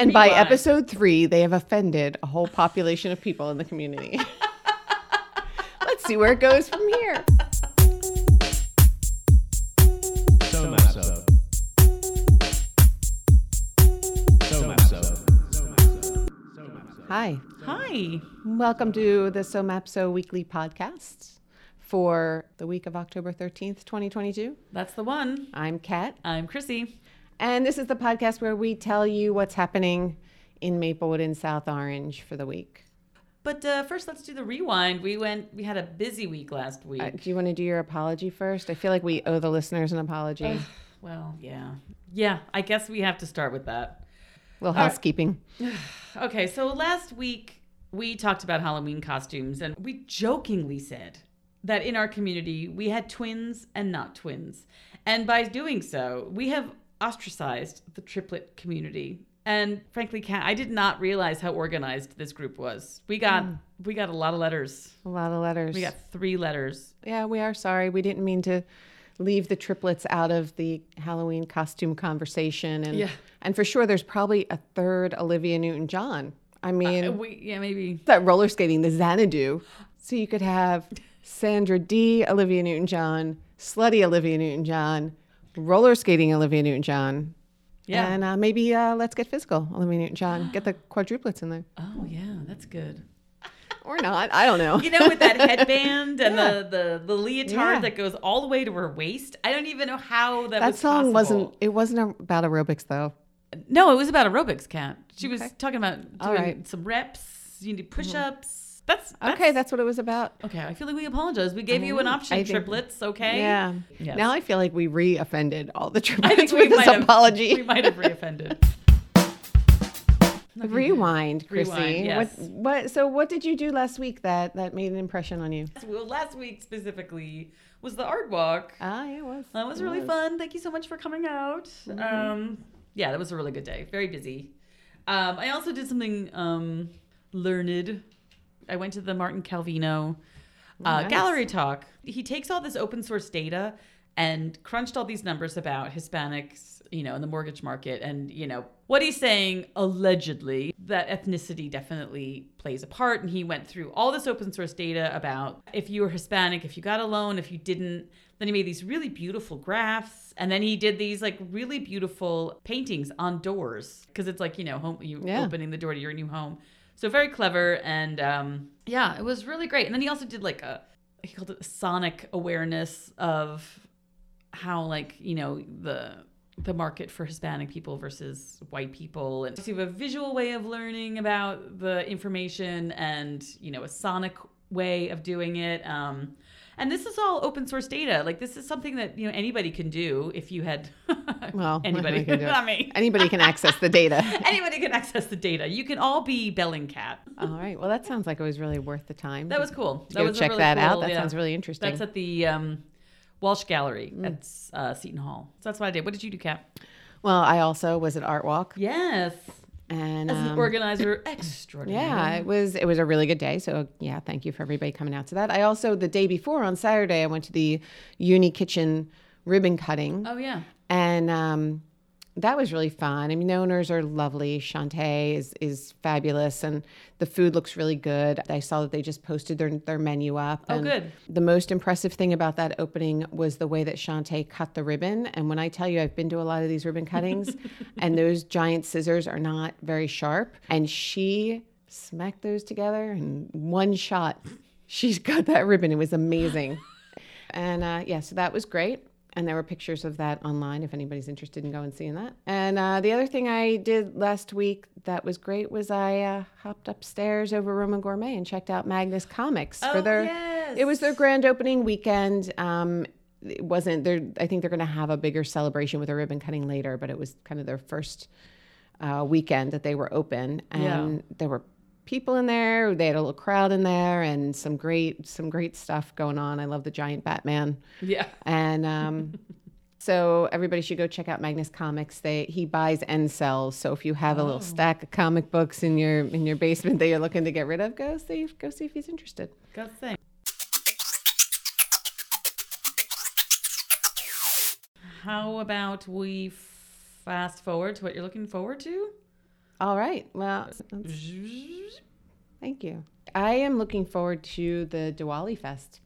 and by Rewind. episode three, they have offended a whole population of people in the community. Let's see where it goes from here. Somaps up. Somaps up. Hi, Hi. welcome to the SOMAPSO weekly podcast for the week of October 13th, 2022. That's the one. I'm Kat, I'm Chrissy. and this is the podcast where we tell you what's happening in Maplewood and South Orange for the week. But uh, first, let's do the rewind. We went. We had a busy week last week. Uh, do you want to do your apology first? I feel like we owe the listeners an apology. well, yeah, yeah. I guess we have to start with that. little housekeeping. Okay. So last week we talked about Halloween costumes, and we jokingly said that in our community we had twins and not twins, and by doing so we have ostracized the triplet community. And frankly, Kat, I did not realize how organized this group was. We got we got a lot of letters. A lot of letters. We got three letters. Yeah, we are sorry. We didn't mean to leave the triplets out of the Halloween costume conversation. And Yeah. and for sure, there's probably a third Olivia Newton John. I mean, We, yeah, maybe. that roller skating, the Xanadu. So you could have Sandra D, Olivia Newton John, slutty Olivia Newton John, roller skating Olivia Newton John. Yeah. And uh, maybe uh, let's get physical, Olivia Newton John. Get the quadruplets in there. oh, yeah, that's good. Or not. I don't know. You know, with that headband and the, the, the leotard Yeah. that goes all the way to her waist. I don't even know how that, that was song wasn't, possible. it wasn't about aerobics though. No, it was about aerobics, Kat. She was talking about All doing right. Mm-hmm. some reps, you need push ups. That's, that's Okay, that's what it was about. okay. I feel like we apologize. We gave you an option, I think- triplets. Okay. Yeah. Yes. Now I feel like we re-offended all the I triplets think we with this might apology. Have, we might have reoffended. Rewind, Chrissy. Rewind, yes. What what so what did you do last week that that made an impression on you? well, last week specifically was the art walk. Ah, it was. That was really fun. Thank you so much for coming out. Um, yeah, that was a really good day. Very busy. Um, I also did something um, learned. I went to the Martin Calvino uh, nice. gallery talk. He takes all this open source data and crunched all these numbers about Hispanics, you know, in the mortgage market. And, you know, what he's saying allegedly that ethnicity definitely plays a part. And he went through all this open source data about if you were Hispanic, if you got a loan, if you didn't. Then he made these really beautiful graphs. And then he did these like really beautiful paintings on doors because it's like, you know, home, you Yeah. opening the door to your new home. So very clever. And um, yeah, it was really great. And then he also did like a, he called it sonic awareness of how like you know the the market for Hispanic people versus white people, and so you have a visual way of learning about the information, and you know a sonic way of doing it. Um, and this is all open source data. Like this is something that you know anybody can do if you had Well, anybody, can do it. not me. Anybody can access the data. Anybody can access the data. You can all be Bellingcat. All right. Well, that sounds like it was really worth the time. That was cool. That Go was a check really that out. cool- That yeah. sounds really interesting. Mm. That's at the um, Walsh Gallery at uh, Seton Hall. So that's what I did. What did you do, Cap? well, I also was at Art Walk Yes. and As an Mm-hmm. um, organizer extraordinary. Yeah, it was it was a really good day. So yeah, thank you for everybody coming out to that. I also the day before on Saturday I went to the Uni Kitchen ribbon cutting, Oh, yeah. and um, that was really fun. I mean, the owners are lovely. Shantae is is fabulous, and the food looks really good. I saw that they just posted their their menu up. Oh, and good. The most impressive thing about that opening was the way that Shantae cut the ribbon. And when I tell you, I've been to a lot of these ribbon cuttings, and those giant scissors are not very sharp. And she smacked those together in one shot. She's cut that ribbon. It was amazing. And uh, yeah, so that was great. And there were pictures of that online if anybody's interested in going and seeing that. And uh, the other thing I did last week that was great was I uh, hopped upstairs over Roman Gourmet and checked out Magnus Comics for Oh, their. yes. It was their grand opening weekend. Um, it wasn't there. I think they're going to have a bigger celebration with a ribbon cutting later, but it was kind of their first uh, weekend that they were open, and there were people in there. They had a little crowd in there, and some great some great stuff going on. I love the giant Batman, Yeah. and um, so everybody should go check out Magnus Comics. They he buys and sells. So if you have a little stack of comic books in your in your basement that you're looking to get rid of, go see go see if he's interested. Good thing. How about we fast forward to what you're looking forward to? All right. Well, thank you. I am looking forward to the Diwali Fest.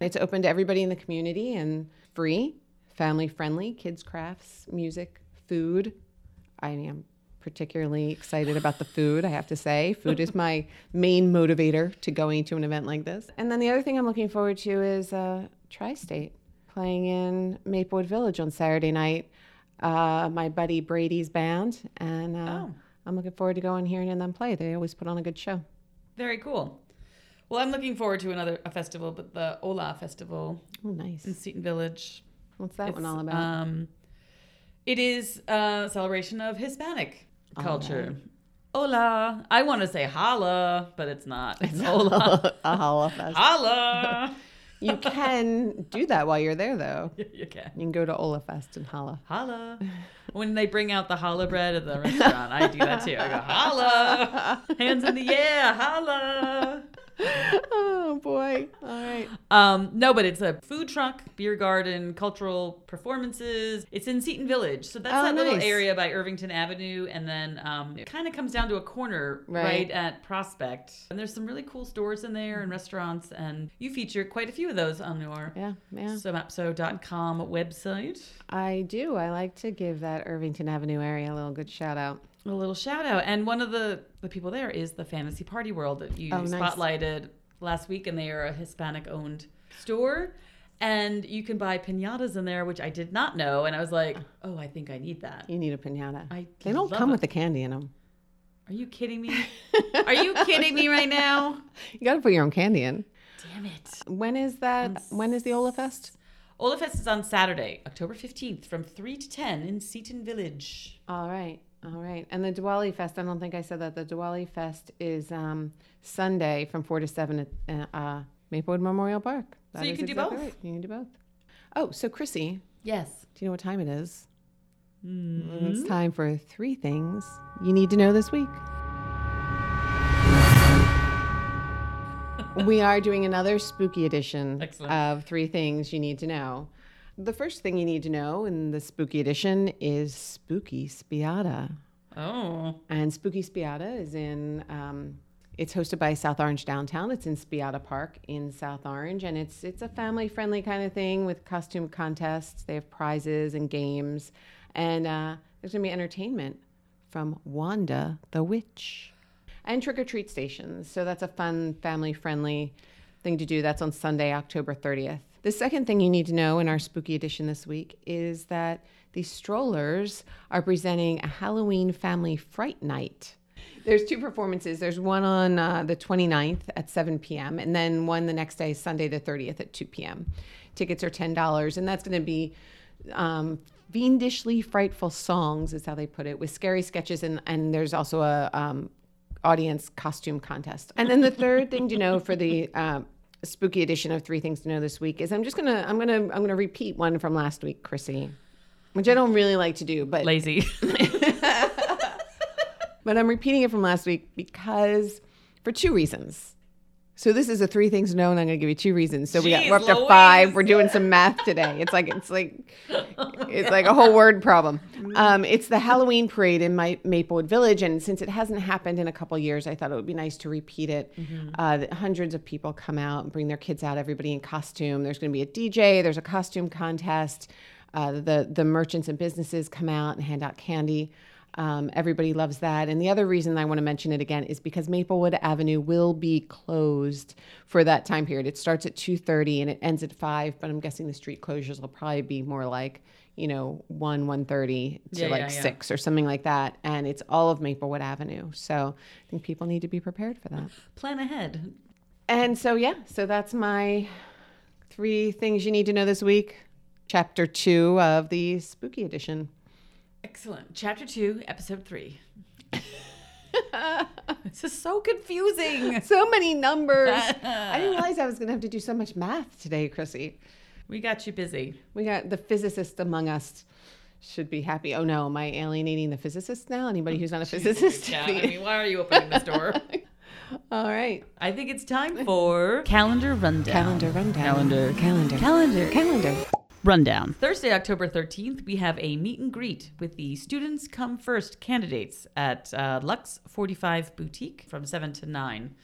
It's open to everybody in the community and free, family friendly, kids crafts, music, food. I am particularly excited about the food, I have to say. Food is my main motivator to going to an event like this. And then the other thing I'm looking forward to is uh, Tri State playing in Maplewood Village on Saturday night. Uh, my buddy Brady's band. And uh, Oh. I'm looking forward to going hearing them play. They always put on a good show. Very cool. Well, I'm looking forward to another a festival, but the Ola Festival Oh, nice. in Seton Village. What's that one It's, all about? Um, it is a celebration of Hispanic culture. Hola. I want to say holla, but it's not. It's hola. a holla fest. holla. You can do that while you're there, though. you can. You can go to Ola Fest and holla. Holla. When they bring out the holla bread at the restaurant, I do that too. I go, holla. Hands in the air, holla. oh boy! All right. Um, no, but it's a food truck, beer garden, cultural performances. It's in Seton Village. So that's Oh, that little nice. area by Irvington Avenue. And then um, it kind of comes down to a corner right. Right. at Prospect. And there's some really cool stores in there and restaurants. And you feature quite a few of those on your Yeah, yeah. somapso.com website. I do. I like to give that Irvington Avenue area a little good shout out. A little shout out. And one of the, the people there is the Fantasy Party World that you Oh, nice. spotlighted last week, and they are a Hispanic owned store. And you can buy pinatas in there, which I did not know. And I was like, oh, I think I need that. You need a pinata. I they don't love come it. with the candy in them. Are you kidding me? Are you kidding me right now? You got to put your own candy in. Damn it. When is that? When is the Ola Fest? Olafest is on Saturday, October 15th from 3 to 10 in Seton Village. All right. All right. And the Diwali Fest, I don't think I said that. The Diwali Fest is um, Sunday from 4 to 7 at uh, uh, Maplewood Memorial Park. That you is can do both. You can do both. Oh, so Chrissy, Yes. do you know what time it is? Hmm. It's time for three things you need to know this week. we are doing another spooky edition Excellent. of Three Things You Need to Know. The first thing you need to know in the spooky edition is spooky spiata. Oh. And Spooky Spiata is in. Um, it's hosted by South Orange Downtown. It's in Spiata Park in South Orange, and it's it's a family friendly kind of thing with costume contests. They have prizes and games, and uh, there's gonna be entertainment from Wanda the Witch, and trick or treat stations. So that's a fun family friendly thing to do. That's on Sunday, October 30th. The second thing you need to know in our spooky edition this week is that the strollers are presenting a Halloween family fright night. There's two performances. There's one on uh, the 29th at 7 p.m., and then one the next day, Sunday the 30th at 2 p.m. Tickets are $10, and that's going to be um, fiendishly frightful songs, is how they put it, with scary sketches, and, and there's also a um, audience costume contest. And then the third thing to know for the uh, spooky edition of Three Things to Know this week is I'm just gonna I'm gonna I'm gonna repeat one from last week, Chrissy, which I don't really like to do, but Lazy. but I'm repeating it from last week because for two reasons. So this is a three things to know, and I'm going to give you two reasons. So we got, Jeez we're up to Louise. five. We're doing some math today. It's like it's like it's like a whole word problem. Um, it's the Halloween parade in my Maplewood Village, and since it hasn't happened in a couple years, I thought it would be nice to repeat it. Mm-hmm. Uh, that hundreds of people come out and bring their kids out. Everybody in costume. There's going to be a DJ. There's a costume contest. Uh, the the merchants and businesses come out and hand out candy. Um, everybody loves that. And the other reason I want to mention it again is because Maplewood Avenue will be closed for that time period. It starts at 2:30 and it ends at 5, but I'm guessing the street closures will probably be more like, you know, 1 1:30 to Yeah, yeah, like yeah. 6 or something like that. And it's all of Maplewood Avenue. So I think people need to be prepared for that. Plan ahead. And so yeah, so that's my three things you need to know this week. Chapter 2 of the spooky edition. Excellent. Chapter two, episode three. this is so confusing. So many numbers. I didn't realize I was going to have to do so much math today, Chrissy. We got you busy. We got the physicist among us should be happy. Oh no, am I alienating the physicist now? Anybody who's not a physicist? Yeah, I mean, why are you opening this door? All right. I think it's time for calendar rundown. Calendar rundown. Calendar. Calendar. Calendar. Calendar. rundown. Thursday, October 13th, we have a meet and greet with the Students Come First candidates at uh, Lux 45 Boutique from 7 to 9.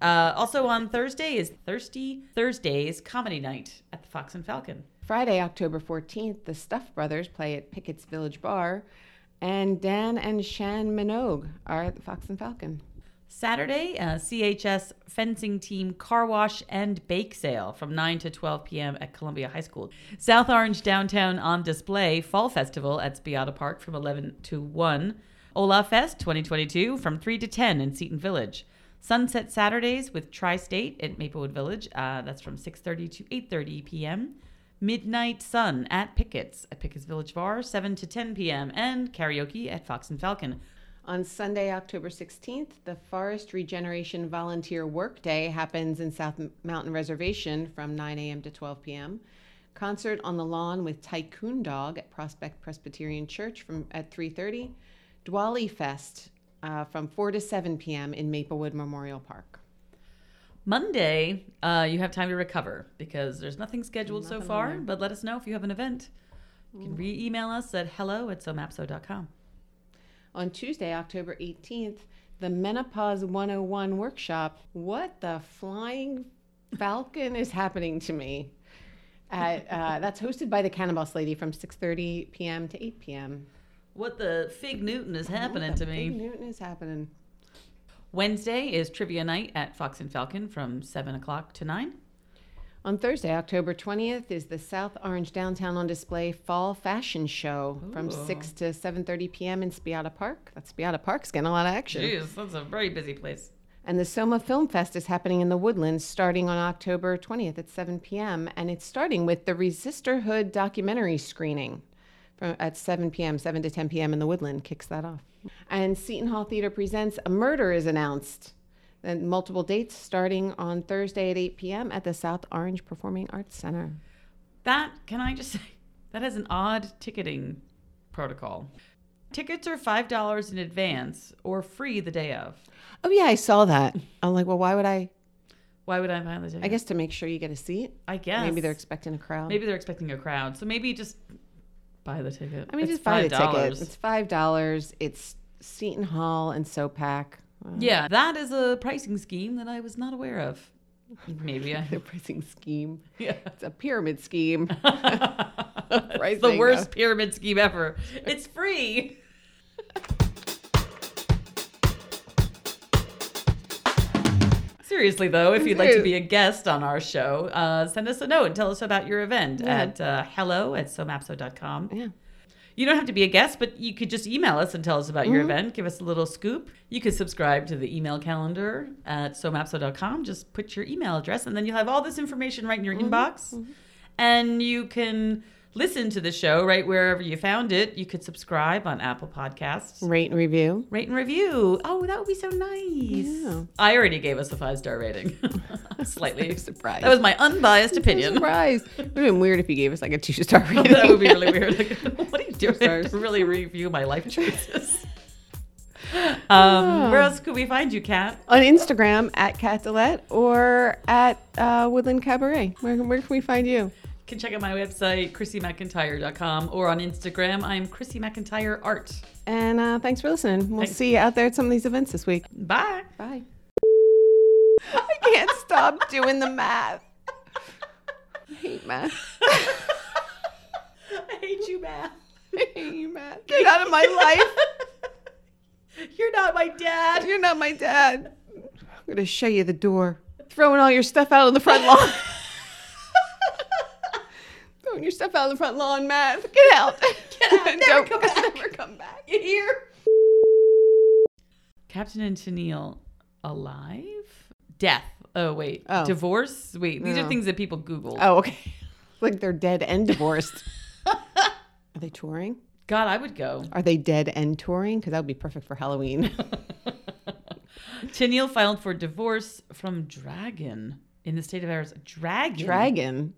Uh, also on Thursday is Thirsty Thursdays Comedy Night at the Fox and Falcon. Friday, October 14th, the Stuff Brothers play at Pickett's Village Bar, and Dan and Shan Minogue are at the Fox and Falcon. Saturday, uh, CHS fencing team car wash and bake sale from 9 to 12 p.m. at Columbia High School. South Orange Downtown on display fall festival at Spiata Park from 11 to 1. Ola Fest 2022 from 3 to 10 in Seton Village. Sunset Saturdays with Tri-State at Maplewood Village. Uh, that's from 6:30 to 8:30 p.m. Midnight Sun at Pickett's at Pickett's Village Bar 7 to 10 p.m. and karaoke at Fox and Falcon On Sunday, October 16th, the Forest Regeneration Volunteer Work Day happens in South M- Mountain Reservation from 9 a.m. to 12 p.m. Concert on the lawn with Tycoon Dog at Prospect Presbyterian Church from at 3:30. Dwali Fest uh, from 4 to 7 p.m. in Maplewood Memorial Park. Monday, uh, you have time to recover because there's nothing scheduled so far, but let us know if you have an event. You can re email us at hello at somapso.com. On Tuesday, October 18th, the Menopause 101 workshop. What the flying falcon is happening to me? At, uh, that's hosted by the Cannonboss Lady from 6:30 p.m. to 8 p.m. What the fig Newton is happening What to the me. Big Newton is happening. Wednesday is trivia night at Fox and Falcon from 7 o'clock to 9. On Thursday, October 20th, is the South Orange Downtown on Display Fall Fashion Show from Ooh. 6 to 7:30 p.m. in Spiata Park. That's Spiata Park's getting a lot of action. Jeez, that's a very busy place. And the Soma Film Fest is happening in the Woodlands starting on October 20th at 7 p.m. And it's starting with the Resistorhood documentary screening from, at 7 p.m., 7 to 10 p.m. in the Woodland kicks that off. And Seton Hall Theater presents A Murder is announced. And multiple dates starting on Thursday at 8 p.m. at the South Orange Performing Arts Center. That, can I just say, that is an odd ticketing protocol. Tickets are $5 in advance or free the day of. Oh, yeah, I saw that. I'm like, well, why would I? Why would I buy the ticket? I guess to make sure you get a seat. I guess. Maybe they're expecting a crowd. Maybe they're expecting a crowd, so maybe just buy the ticket. I mean, It's just buy $5. the ticket. It's five dollars. It's Seton Hall and SOPAC. Uh, Yeah, that is a pricing scheme that I was not aware of. Maybe I. Their pricing scheme. Yeah. It's a pyramid scheme. it's the Pricing, worst uh. pyramid scheme ever. It's free. Seriously, though, if you'd like to be a guest on our show, uh, send us a note and tell us about your event at uh, hello at somapso.com. Yeah. You don't have to be a guest, but you could just email us and tell us about your event. Give us a little scoop. You could subscribe to the email calendar at somapso.com. Just put your email address, and then you'll have all this information right in your inbox. And you can listen to the show right wherever you found it. You could subscribe on Apple Podcasts. Rate and review. Rate and review. Oh, that would be so nice. Yeah. I already gave us a five star rating. Slightly surprised. That was my unbiased I'm opinion. surprised. It would have been weird if you gave us like a two star rating. that would be really weird. Like, what are you doing? stars. To really review my life choices. Ah. um, where else could we find you, Kat? On Instagram at Cat Dillette or at uh, Woodland Cabaret. Where, where can we find you? You can check out my website, chrissymcintyre.com, or on Instagram, I'm Chrissy McIntyre Art. And uh, thanks for listening. We'll Thanks. see you out there at some of these events this week. Bye. Bye. I can't stop doing the math. I hate math. I hate you, Matt. I hate you, Matt. Get out of my life. You're not my dad. You're not my dad. I'm gonna show you the door. Throwing all your stuff out on the front lawn. Throwing your stuff out on the front lawn, Matt. Get out. Get out. Never Don't come back. Never come back. You hear? Captain and Tennille alive? Death. Oh, wait. Oh. Divorce? Wait, these are No. things that people Google. Oh, okay. Like they're dead and divorced. Are they touring? God, I would go. Are they dead and touring? Because that would be perfect for Halloween. Tennille filed for divorce from Dragon in the state of Arizona. Dragon? Dragon.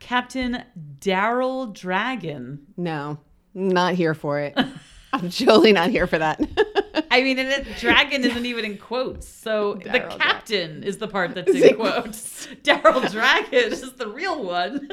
Captain Daryl Dragon. No, not here for it. I'm totally not here for that. I mean, and it, Dragon isn't even in quotes. So Daryl the Dra- captain is the part that's in in quotes. Daryl Dragon is the real one.